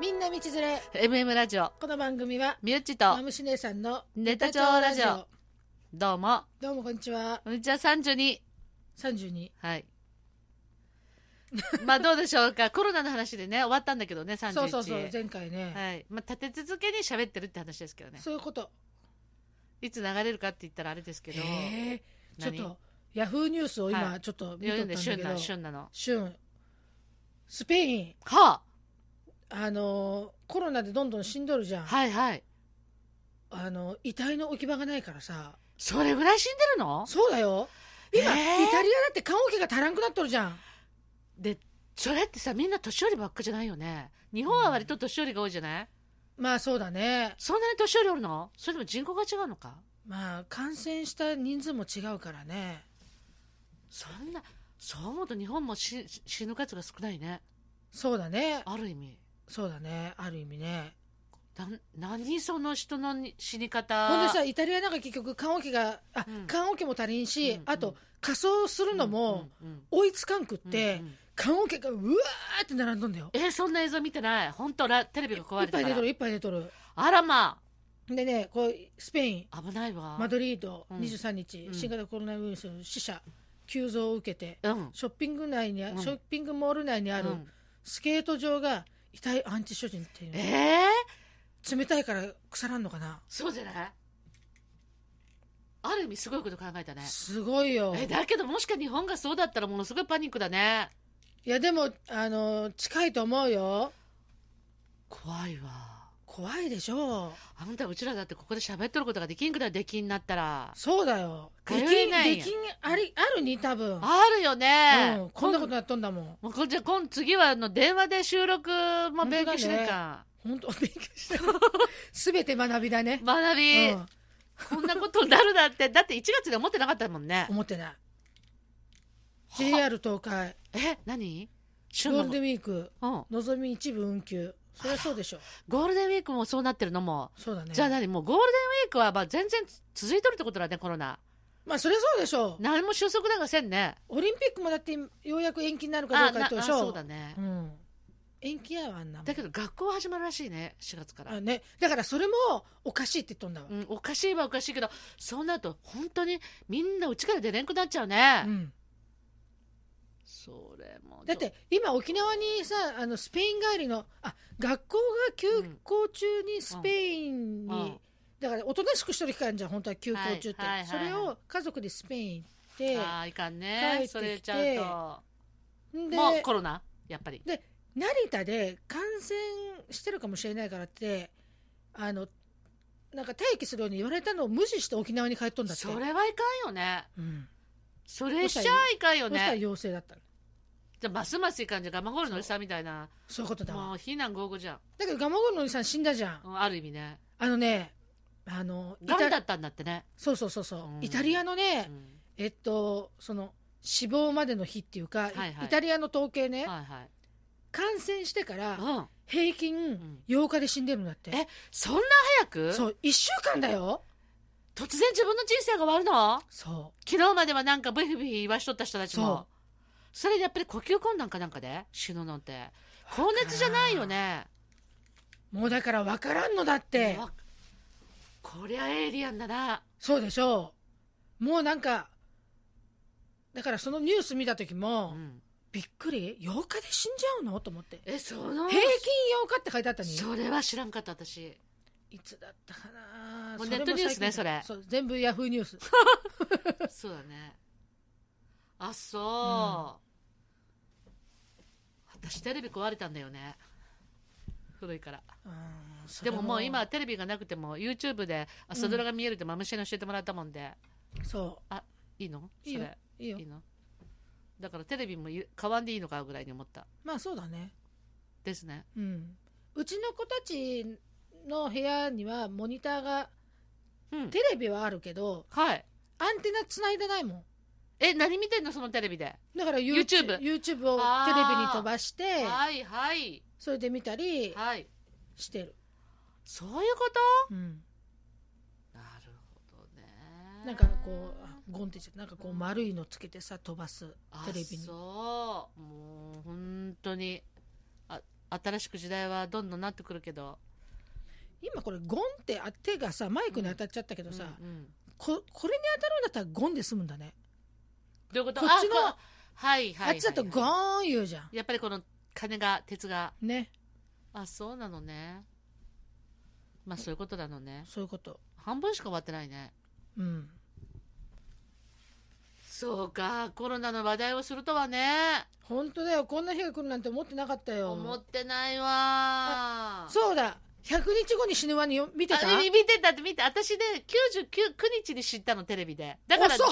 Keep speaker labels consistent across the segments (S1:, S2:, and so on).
S1: みんな道連れ
S2: MM ラジオ
S1: この番組は
S2: みゆっち
S1: マ
S2: と
S1: ムシ姉さんの
S2: ネタ帳ラジオどうも
S1: どうもこんにちは
S2: こんにちは32
S1: 32
S2: はいまあどうでしょう かコロナの話でね終わったんだけどね31
S1: そうそうそう前回ね、
S2: はいまあ、立て続けに喋ってるって話ですけどね
S1: そういうこと
S2: いつ流れるかって言ったらあれですけど
S1: へーちょっ
S2: 何
S1: とヤフーニュースを
S2: は
S1: 今ちょっと見と
S2: 読
S1: った
S2: ん
S1: んだ
S2: で
S1: け
S2: 旬な
S1: ど
S2: の旬なの
S1: 旬スペイン
S2: は
S1: あのーコロナでどんどん死んどるじゃ
S2: あ
S1: ん、
S2: はいはい
S1: あの遺体の置き場がないからさ
S2: それぐらい死んでるの
S1: そうだよ今、
S2: えー
S1: イタリアだって棺桶が足らんくなっとるじゃん
S2: でそれってさみんな年寄りばっかじゃないよね日本は割と年寄りが多いじゃない、
S1: まあそうだね
S2: そんなに年寄りおるのそれでも人口が違うのか
S1: まあ感染した人数も違うからね
S2: そんなそう思うと日本もしし死ぬ数が少ないね
S1: そうだね
S2: ある意味
S1: そうだねある意味ね
S2: なん何その人のに死に方
S1: ほんでさイタリアなんか結局棺桶があ、
S2: うん
S1: 棺桶も足りんし、
S2: うんうん
S1: あと仮装するのも
S2: うんうん
S1: 追いつかんくっ
S2: うん
S1: て、
S2: うんうん
S1: 棺桶がうわーって並んどんだよ
S2: えーそんな映像見てない本当らテレビが壊
S1: い
S2: れ
S1: っぱ
S2: た
S1: い
S2: か
S1: 出と
S2: ら
S1: るいっぱい出とる
S2: あらま
S1: でねこうスペイン
S2: あ危ないわ
S1: マドリード
S2: うん
S1: 23日、
S2: うん
S1: 新型コロナウイルスの死者急増を受けて
S2: うん
S1: ショッピング内に、
S2: うん
S1: ショッピングモール内にある
S2: うん
S1: スケート場が遺体安置所人っていうの、
S2: えー、
S1: 冷たいから腐らんのかな
S2: そうじゃないある意味すごいこと考えたね
S1: すごいよ
S2: えだけどもしか日本がそうだったらものすごいパニックだね
S1: いやでもあの近いと思うよ
S2: 怖いわ
S1: 怖いでしょう
S2: あんたうちらだってここで喋っとることができんくらいできんなったら
S1: そうだよ。
S2: 通
S1: で
S2: え
S1: きん、
S2: ない
S1: で
S2: やん
S1: きん、あり、あるに、多分。
S2: あるよね、
S1: うん、こんなことなっとんだもん。
S2: もうこれじゃあ今次はあの電話で収録も勉強しなきゃ、
S1: 本当、勉強 した。すべて学びだね。
S2: 学
S1: う
S2: び、
S1: ん、
S2: こんなことになるなんてだって1月で思ってなかったもんね
S1: 思ってない。JR 東海、
S2: え何
S1: ゴ
S2: 旬
S1: ー
S2: の
S1: ルデンウィーク、
S2: うん、
S1: のぞみ一部運休。そりゃそうでしょ。
S2: ゴールデンウィークもそうなってるのも、
S1: そうだね。
S2: じゃあ何もうゴールデンウィークはまあ全然続いとるってことだねコロナ
S1: まあ、そりゃそうでしょ。
S2: 何も収束なんかせんね
S1: オリンピックもだって、ようやく延期になるかど
S2: あ
S1: うか
S2: な
S1: ってことで
S2: あ
S1: しょ。
S2: そうだね、
S1: うん。延期やわ、あんなもん
S2: だけど学校は始まるらしいね4月から
S1: あね、だからそれもおかしいって言っとんだわ
S2: う。ん、おかしいはおかしいけどそうなると本当にみんなうちから出れんくなっちゃうね、
S1: うん
S2: それも
S1: だって今沖縄にさあのスペイン帰りのあ学校が休校中にスペインに、
S2: うんうん
S1: だからおとなしくしてる期間じゃん本当は休校中って、
S2: はいはいはいはい
S1: それを家族でスペイン行
S2: あ
S1: っ
S2: あいかん
S1: 帰って
S2: ね
S1: きて
S2: それちゃう
S1: て
S2: と
S1: で
S2: もうコロナやっぱり
S1: 成田で感染してるかもしれないからってあのなんか待機するように言われたのを無視して沖縄に帰っとんだって
S2: それはいかんよね
S1: うん
S2: それしちゃいかんよ
S1: そしたら
S2: ね
S1: 陽性だったの
S2: じゃあますますいかんじゃんガマゴールのおじさんみたいな
S1: そういうことだ
S2: も
S1: わ
S2: う非難合々じゃん、
S1: だけどガマゴンのおじさん死んだじゃん
S2: うんある意味ね
S1: あのねあのイ
S2: ガ
S1: タ
S2: ンだったんだってね、
S1: そうそうそうそう、
S2: うん
S1: イタリアのね、
S2: うん
S1: えっと、その死亡までの日っていうか、
S2: いはい
S1: イタリアの統計ね、
S2: はいはい
S1: 感染してから
S2: うん
S1: 平
S2: ん
S1: 均8日で死んでるんだって、
S2: えそんな早く
S1: そう1週間だよ
S2: 突然自分の人生が終わるの
S1: そ
S2: 昨日まではなんかブヒブヒ言わしとった人たち
S1: そう
S2: もそれでやっぱり呼吸困難かなんかで死ぬなんて高熱じゃないよね
S1: うもうだから分からんのだって、
S2: うわこりゃエイリアンだな
S1: そうでしょうもうなんかだからそのニュース見た時も、
S2: うん
S1: びっくり8日で死んじゃうのと思って
S2: えその
S1: 平均8日って書いてあったのに
S2: それは知らんかった私
S1: いつだったかな
S2: もうネットニュースね
S1: それも最近
S2: そう
S1: 全部ヤフーニュース
S2: そうだねあそう、私テレビ壊れたんだよね古いから
S1: うんそれ
S2: でももう今テレビがなくても YouTube で朝ドラが見えるってマムシェに教えてもらったもんで、
S1: そ
S2: いいの
S1: いいよ
S2: それ
S1: ういいよ
S2: いいのだからテレビもい買わんでいいのかぐらいに思った
S1: まあそうだね
S2: ですね
S1: うん、うちの子たちの部屋にはモニターが
S2: うん
S1: テレビはあるけど
S2: はい
S1: アンテナ繋いでないもん
S2: え何見てんのそのテレビで
S1: だから YouTube,
S2: YouTube
S1: YouTube を
S2: あー
S1: テレビに飛ばして
S2: はいはい
S1: それで見たり
S2: はい
S1: してる、
S2: そういうこ
S1: うん、
S2: となるほどね
S1: なんかこうあゴンって言っちゃったなんかこう丸いのつけてさ飛ばす
S2: あ
S1: テレビに
S2: そうもう本当にあ新しく時代はどんどんなってくるけど
S1: 今これゴンってあ手がさマイクに当たっちゃったけどさ、
S2: うんうん
S1: ここれに当たるんだったらゴンで済むんだね、
S2: どういうこと
S1: こっちの
S2: あこはいはいはい、はい、
S1: あっちだとゴーン言うじゃん
S2: やっぱりこの金が鉄が
S1: ね
S2: あそうなのねまあそういうことなのね
S1: そういうこと
S2: 半分しか終わってないね
S1: うん
S2: そうかコロナの話題をするとはね
S1: 本当だよこんな日が来るなんて思ってなかったよ
S2: 思ってないわう
S1: そうだ100日後に死ぬワニよ見てた
S2: 見てたって見て私で、ね、99 9日に知ったのテレビでだから
S1: 遅っ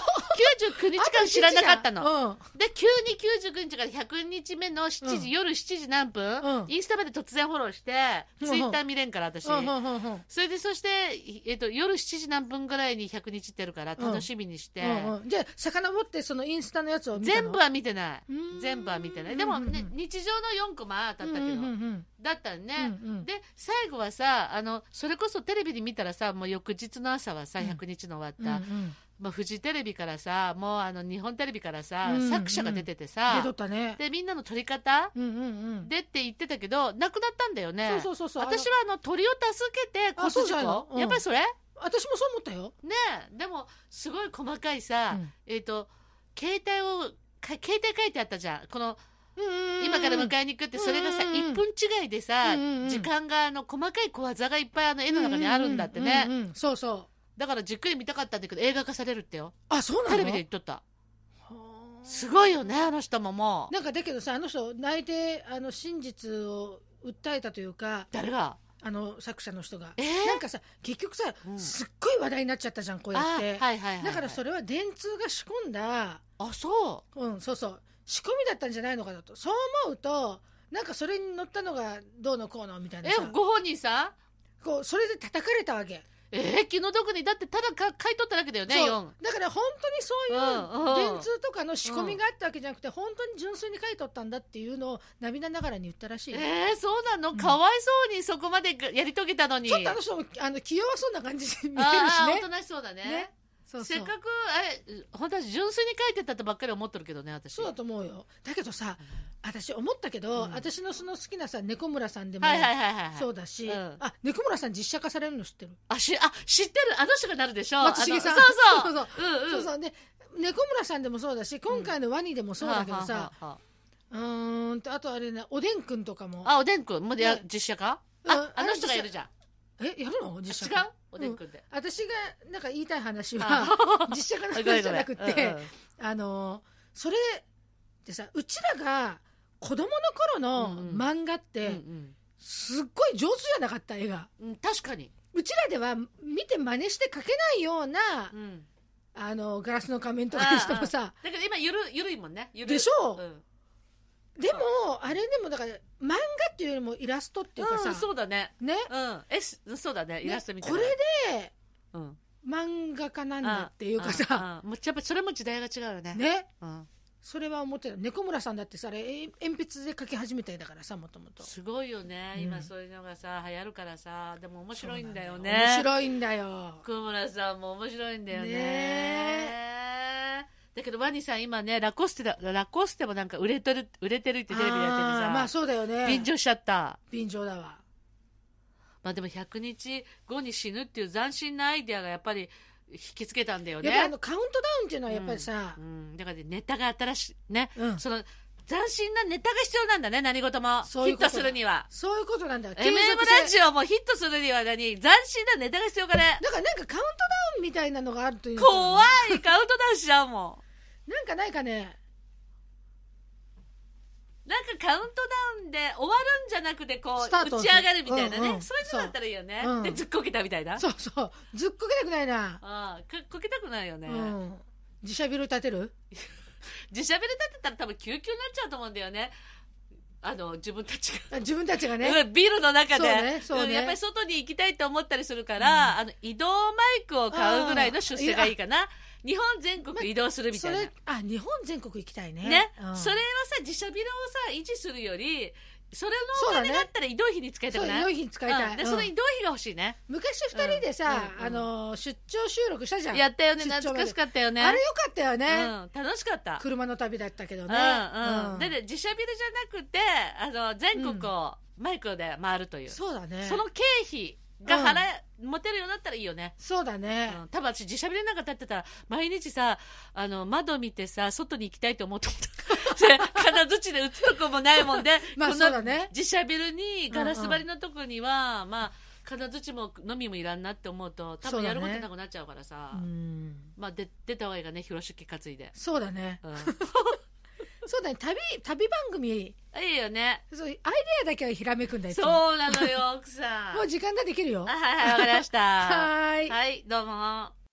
S2: 99日間知らなかっ たの
S1: の
S2: で急に99日から100日目の7時、
S1: うん
S2: 夜7時何分、
S1: うん
S2: インスタまで突然フォローして、
S1: うん
S2: ツイッター見れんから私、
S1: うんうんうんうんうん
S2: それでそして、えっと、夜7時何分ぐらいに100日ってやるから楽しみにして、
S1: うんうんじゃあ遡ってそのインスタのやつを見た
S2: 全
S1: の
S2: 部は見てな
S1: うーん
S2: い全部は見てないでも、ね
S1: うんうんうん
S2: 日常の4コマだったけど、
S1: うんうんうん
S2: だったらね、
S1: うんうん
S2: で最後はさあのそれこそテレビで見たらさもう翌日の朝はさ
S1: うん
S2: 100日の終
S1: うんう
S2: わった、
S1: ん
S2: まあ、フジテレビからさもうあの日本テレビからさ、
S1: うんうん
S2: 作者が出てて
S1: 出
S2: さ
S1: とったね
S2: でみんなの撮り方
S1: うんうんうん
S2: でって言ってたけどなくなったんだよね
S1: そうそうそうそう
S2: 私
S1: は
S2: はあの鳥を助けて
S1: あ
S2: こ
S1: そう
S2: す
S1: じ
S2: 事
S1: ゃないの
S2: 故、
S1: うん
S2: やっぱりそれ
S1: 私もそう思ったよ
S2: ねえでもすごい細かいさ、
S1: うん
S2: えっ、と携帯をか携帯書いてあったじゃんこの今
S1: 今
S2: から迎えに行くってそれがさ
S1: うんうんうん
S2: 1分違いでさ
S1: うんうんうん
S2: 時間があの細かい小技がいっぱいあの絵の中にあるんだって
S1: うん
S2: ね
S1: うんうんうんそうそう
S2: だからじっくり見たかったんだけど映画化されるってよ
S1: あそうなの
S2: テレビで言っとった
S1: はあ
S2: すごいよねあの人ももう
S1: なんかだけどさあの人泣いてあの真実を訴えたというか
S2: 誰が
S1: あの作者の人が
S2: えー
S1: なんかさ結局さ、
S2: うん
S1: すっごい話題になっちゃったじゃんこうや
S2: あ
S1: っ
S2: はい
S1: て、
S2: はいはいはい
S1: だからそれは電通が仕込んだ
S2: あそ
S1: うんそうそう仕込みだったんじゃないのかなとそう思うとなんかそれに乗ったのがどうのこうのみたいうな
S2: え
S1: さ
S2: ご本人さん
S1: こうそれで叩かれたわけ、
S2: えー気の毒にだってただか買い取っただけだよね
S1: そう
S2: 4
S1: だから本当にそういう
S2: うんうん
S1: 電通とかの仕込みがあったわけじゃなくて、本当に純粋に書いとったんだっていうのを涙ながらに言ったらしいよ、
S2: えー、そうなの、
S1: うん
S2: かわいそうにそこまでやり遂げたのに
S1: ちょっとあの人もあの気弱そうな感じに見える
S2: あーお
S1: し
S2: と
S1: ね
S2: なしそうだね
S1: ねそうそう
S2: せっかくあれ本当は純粋に書いてたとばっかり思ってるけどね私
S1: そうだと思うよだけどさ私思ったけど、
S2: うん
S1: 私のその好きなさ猫村さんでも、
S2: はいはいはいはいはい
S1: そうだし、
S2: うん
S1: あ猫村さん実写化されるの知ってる
S2: あしあ知ってるあの人がなるでしょ
S1: 松重さん
S2: あのそう
S1: そう
S2: そううんうん
S1: そうそうで猫村さんでもそうだし今回のワニでもそうだけどさ、
S2: はあはあは
S1: うーんとあとあれねおでんくんとかも
S2: ああおでんくんもうや
S1: ね
S2: 実写化
S1: うん
S2: ああの人がやるじゃんあ
S1: えやるの
S2: 違
S1: 実写
S2: う
S1: 化
S2: おでんくんで
S1: 私がなんか言いたい話
S2: あ
S1: は 実写化の
S2: ごめ
S1: 話じ
S2: んご
S1: ゃ
S2: めん
S1: なく
S2: うん
S1: て
S2: うん
S1: あのそれってさうちらが子供の頃の
S2: うんうん
S1: 漫画っ
S2: う
S1: て
S2: ん
S1: すっごい上手じゃなかった絵が
S2: うんうん確かに
S1: うちらでは見て真似して描けないような
S2: うん
S1: あのガラスの仮面とかにしてもさ
S2: だけど今ゆるゆるいもんねゆ る
S1: でしょ
S2: うんうん
S1: でもあれでもだから漫画っていうよりもイラストっていうかさ、
S2: そうだね
S1: ね
S2: うんえすそうだねイラストみたい
S1: こ
S2: な
S1: れで
S2: うん
S1: 漫画家なんだってい
S2: て
S1: うかさ、
S2: もうやっぱそれも時代が違うよね
S1: ね
S2: うん
S1: それは思ってる猫村さんだってさあれえ鉛筆で描き始めたりだからさもともと
S2: すごいよね、
S1: うん
S2: 今そういうのがさ流行るからさでも面白いんだよ
S1: そうなん
S2: ね
S1: 面白いんだよ
S2: 久村さんも面白いんだよね
S1: ね
S2: だけどワニさん今ねラコステだラコステもなんか売れてる売れてるってテレビでやってる
S1: あ
S2: さ
S1: ー、まあそうだよね
S2: 便乗しちゃった
S1: 便乗だわ
S2: まあでも100日後に死ぬっていう斬新なアイデアがやっぱり引きつけたんだよ
S1: やっぱりあ
S2: ね
S1: のカウントダウンっていうのはやっぱりさ
S2: う、んだからねネタが新しいね
S1: うん
S2: その斬新なネタが必要なんだね何事も
S1: そういう
S2: ヒ
S1: こ
S2: ッ
S1: とだ
S2: トするには
S1: そういうことなんだよ
S2: MM ラジオもヒットするには何斬新なネタが必要 かね
S1: だからなんかカウントダウンみたいなのがあるというのかな
S2: 怖いカウントダウンしちゃうも
S1: なんかないかね
S2: んなんかカウントダウンで終わるんじゃなくてこ
S1: スター
S2: う
S1: ト
S2: 打ち上がるみたいなね、
S1: うんうん
S2: そういうのだったらいいよね、
S1: そううん
S2: でずっこけたみたいな
S1: そうそうずっこけたくないな、
S2: ああかこけたくないよね、
S1: うん自社ビル建てる
S2: 自社ベル立てたら多分救急になっちゃうと思うんだよねあの自分たちが。
S1: あ自分たちがね、
S2: うん ビルの中
S1: そ
S2: で
S1: うねそうね
S2: んやっぱり外に行きたいと思ったりするから、あの移動マイクを買うぐらいの出世がいいかな日本全国移動するみた
S1: そ
S2: いな、
S1: れあ日本全国行きたいね
S2: ね、
S1: うん
S2: それはさ自社ビルをさ維持するよりそれ
S1: そう
S2: の
S1: だ
S2: お金
S1: ね
S2: だったら移動費に使いた
S1: そ
S2: く
S1: う
S2: ない
S1: 良い日に使いたい、
S2: うんで
S1: うん
S2: その移動費が欲しいね、
S1: 昔二人でさ、
S2: うんうん
S1: あのー出張収録したじゃん
S2: やったよね
S1: 出張まで
S2: 懐かしかったよね
S1: あれよかったよね、
S2: うん、楽しかった、
S1: 車の旅だったけど
S2: う
S1: ね、
S2: んうん
S1: うん
S2: だって自社ビルじゃなくてあの全国をマイクで回るというそ
S1: そうだね
S2: の経費が払え、持てるようになったらいいよね、
S1: そうだね、
S2: うん、多分私自社ビルなんか立ってたら毎日さあの窓見てさ外に行きたいと思うと思 ったで金槌で打つとこもないもんで
S1: まあ
S2: こ
S1: そ
S2: の
S1: うだね
S2: 自社ビルにガラス張りのとこには、まあ金槌も飲みもいらんなって思うと多
S1: そう
S2: 分
S1: だね
S2: やることなくなっちゃうからさ、
S1: うん
S2: まあで出た方がいいがね広出担いで、
S1: そうだね
S2: うん、
S1: そうだね旅旅番組
S2: いいよね
S1: そうアイデアだけはひらめくんだいつも
S2: そうなのよ奥さん
S1: もう時間ができるよ
S2: あはいはいわかりました
S1: はーい
S2: はいどうも